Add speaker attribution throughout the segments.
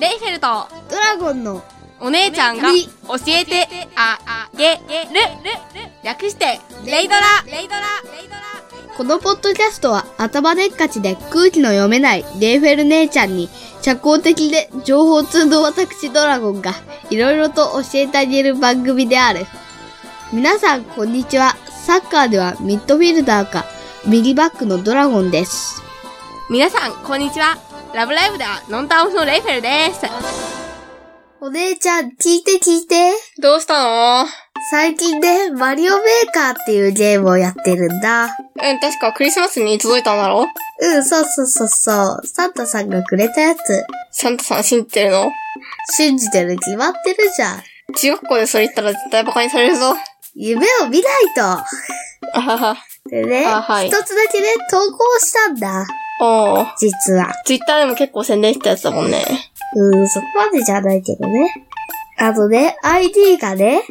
Speaker 1: レイフェルト
Speaker 2: ドラゴンの
Speaker 1: お姉ちゃんが
Speaker 2: み
Speaker 1: 教えてあげる略してレイドラレイドラレイドラ
Speaker 2: このポッドキャストは頭でっかちで空気の読めないレイフェル姉ちゃんに社交的で情報通の私ドラゴンがいろいろと教えてあげる番組である。皆さんこんにちは。サッカーではミッドフィルダーか右バックのドラゴンです。
Speaker 1: 皆さんこんにちはラブライブではノンタンオフのレイフェルです
Speaker 2: お姉ちゃん聞いて聞いて。
Speaker 1: どうしたの
Speaker 2: 最近ね、マリオメーカーっていうゲームをやってるん
Speaker 1: う
Speaker 2: だ。
Speaker 1: ん確かクリスマスに届いたんだろ
Speaker 2: うん、そうそうそうそう。サンタさんがくれたやつ。
Speaker 1: サンタさん信じてるの
Speaker 2: 信じてるに決まってるじゃん。
Speaker 1: 中学校でそれ言ったら絶対バカにされるぞ
Speaker 2: 夢を見ないと。
Speaker 1: あはは
Speaker 2: でね、
Speaker 1: あはい
Speaker 2: 一つだけね、投稿したんだ。
Speaker 1: おー
Speaker 2: 実は。
Speaker 1: ツイッターでも結構宣伝したやつだもんね
Speaker 2: うーん、そこまでじゃないけどね。あとね、ID がね、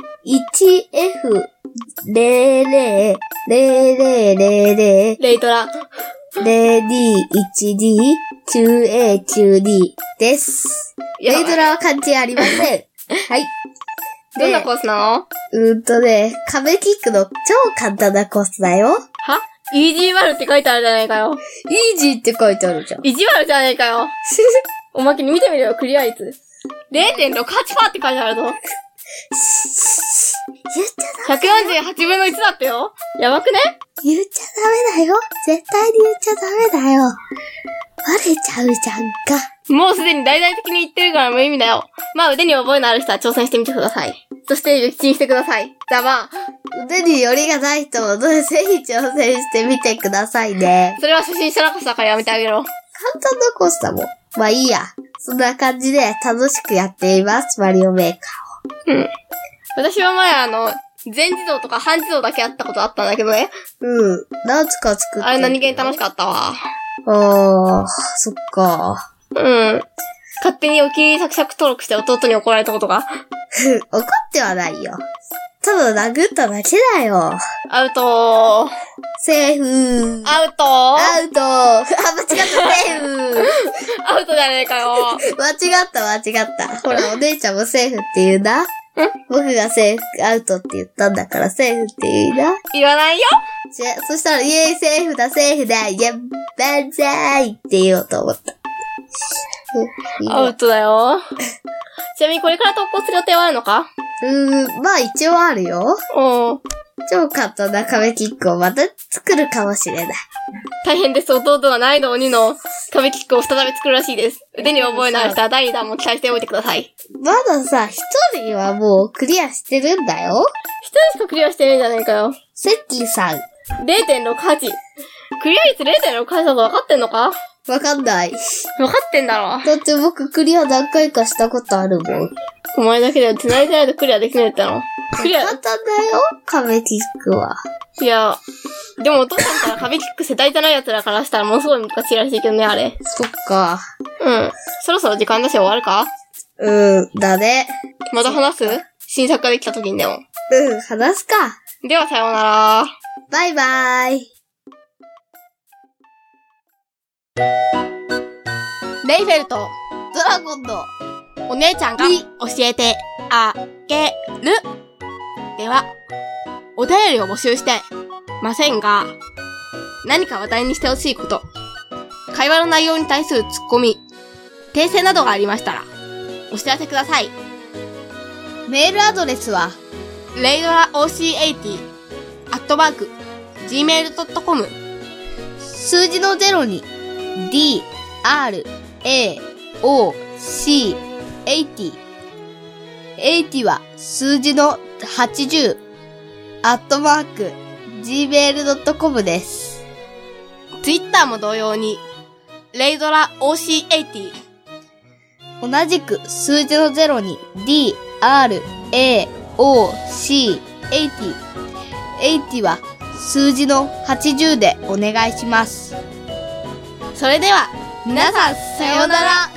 Speaker 2: 1F0000000212QA9D
Speaker 1: レイドラ
Speaker 2: です。レイドラは関係ありま せん。はい。
Speaker 1: どんなコースなの
Speaker 2: うーんとね、壁キックの超簡単なコースだよ。
Speaker 1: はイージーワルって書いてあるじゃないかよ
Speaker 2: イージーって書いてあるじゃ ん。
Speaker 1: 意地悪じゃねえかよ。おまけに見てみろよ、クリア率。0.68%って書いてあるぞ。
Speaker 2: 言っちゃ
Speaker 1: 148分の1だってよ。やばくね
Speaker 2: 言っちゃダメだよ。絶対に言っちゃダメだよ。バレちゃうじゃんか。
Speaker 1: もうすでに大々的に言ってるから無意味だよ。まあ腕に覚えのある人は挑戦してみてください。そして、撃沈してください。ざまあ、
Speaker 2: 腕によりがない人もぜひ挑戦してみてくださいね。
Speaker 1: それは初心者のこそだからやめてあげろ。
Speaker 2: 簡単なコースだもん。まあいいや。そんな感じで楽しくやっています。マリオメーカ
Speaker 1: 私は前あの、全自動とか半自動だけやったことあったんだけどね。
Speaker 2: ー。うん。何つか作って。
Speaker 1: あれ何気に楽しかったわ。
Speaker 2: あー、そっか。
Speaker 1: うん。勝手にお気に入りサクサク登録して弟に怒られたことが。
Speaker 2: 怒ってはないよ。ただ殴っただけだよ。
Speaker 1: アウトー。
Speaker 2: セーフー。
Speaker 1: アウトー
Speaker 2: アウト あ、間違った、セーフ
Speaker 1: アウトじゃねえかよ。
Speaker 2: 間違った、間違った。ほら、お姉ちゃんもセーフって言うな。僕がセーフ、アウトって言ったんだから、セーフって言うな。
Speaker 1: 言わないよ。
Speaker 2: じゃ、そしたら、イエーイ、セーフだ、セーフだ、やっばんざーいって言おうと思った。
Speaker 1: アウトだよ。ちなみにこれから投稿する予定はあるのか
Speaker 2: うーん、まあ一応あるよ。
Speaker 1: うん。
Speaker 2: 超簡単な壁キックをまた作るかもしれない。
Speaker 1: 大変です。弟は難易度鬼の壁キックを再び作るらしいです。腕に覚えのある人は第2弾も期待しておいてください。
Speaker 2: まださ、一人はもうクリアしてるんだよ。
Speaker 1: 一人しかクリアしてねえじゃねえかよ。
Speaker 2: セッキーさん。
Speaker 1: 0.68。クリア率0.68だと分かってんのか
Speaker 2: わかんない。
Speaker 1: 分かってんだろ。
Speaker 2: だって僕クリア何回かしたことあるもん。
Speaker 1: お前だけでは繋いでないとクリアできねえっての。クリア、
Speaker 2: 簡単だよ、壁キックは。
Speaker 1: いや、でもお父さんから壁キック世代じゃない奴らからしたらものすごい難しいらしいけどね、あれ。
Speaker 2: そっか。
Speaker 1: うん。そろそろ時間だし終わるか
Speaker 2: うん、だね。
Speaker 1: また話す新作ができた時にでも。
Speaker 2: うん、話すか。
Speaker 1: ではさようなら。
Speaker 2: バイバイ。
Speaker 1: レイフェルト、
Speaker 2: ドラゴンの
Speaker 1: お姉ちゃんが
Speaker 2: み
Speaker 1: 教えてあげる。では、お便りを募集してませんが、何か話題にしてほしいこと、会話の内容に対するツッコミ、訂正などがありましたら、お知らせください。
Speaker 2: メールアドレスは、
Speaker 1: レイドラ OC80、アットマーク、gmail.com、
Speaker 2: 数字の0に、d, r, a, o, c, 80。80は数字の80、アットマーク、gmail.com です。
Speaker 1: ツイッターも同様に、レイドラ OC80、
Speaker 2: 同じく数字の0に D, R, A, O, C, 80。80は数字の80でお願いします。
Speaker 1: それでは、皆さん、さようなら